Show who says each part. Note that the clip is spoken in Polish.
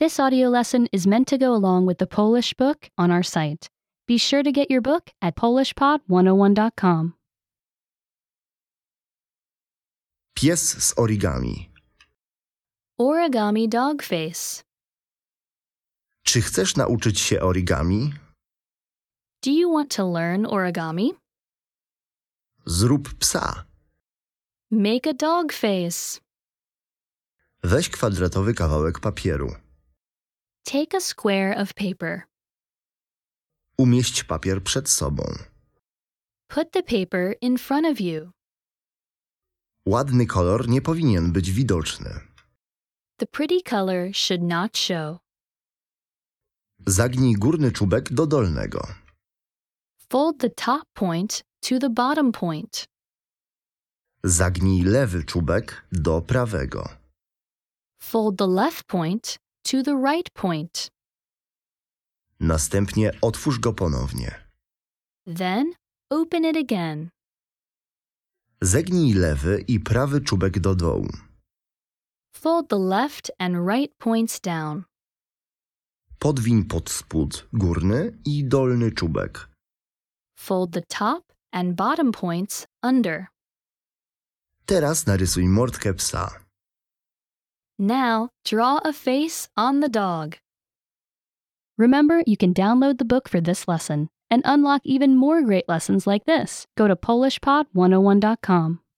Speaker 1: This audio lesson is meant to go along with the Polish book on our site. Be sure to get your book at polishpod101.com.
Speaker 2: Pies z origami.
Speaker 1: Origami dog face.
Speaker 2: Czy chcesz nauczyć się origami?
Speaker 1: Do you want to learn origami?
Speaker 2: Zrób psa.
Speaker 1: Make a dog face.
Speaker 2: Weź kwadratowy kawałek papieru.
Speaker 1: Take a square of paper.
Speaker 2: Umieść papier przed sobą.
Speaker 1: Put the paper in front of you.
Speaker 2: Ładny kolor nie powinien być widoczny.
Speaker 1: The pretty color should not show.
Speaker 2: Zagnij górny czubek do dolnego.
Speaker 1: Fold the top point to the bottom point.
Speaker 2: Zagnij lewy czubek do prawego.
Speaker 1: Fold the left point to the right point.
Speaker 2: Następnie otwórz go ponownie.
Speaker 1: Then open it again.
Speaker 2: Zegnij lewy i prawy czubek do dołu.
Speaker 1: Fold the left and right points down.
Speaker 2: Podwiń pod spód górny i dolny czubek.
Speaker 1: Fold the top and bottom points under.
Speaker 2: Teraz narysuj mordkę psa.
Speaker 1: Now, draw a face on the dog. Remember, you can download the book for this oh lesson and unlock even more great lessons like this. Go to PolishPod101.com.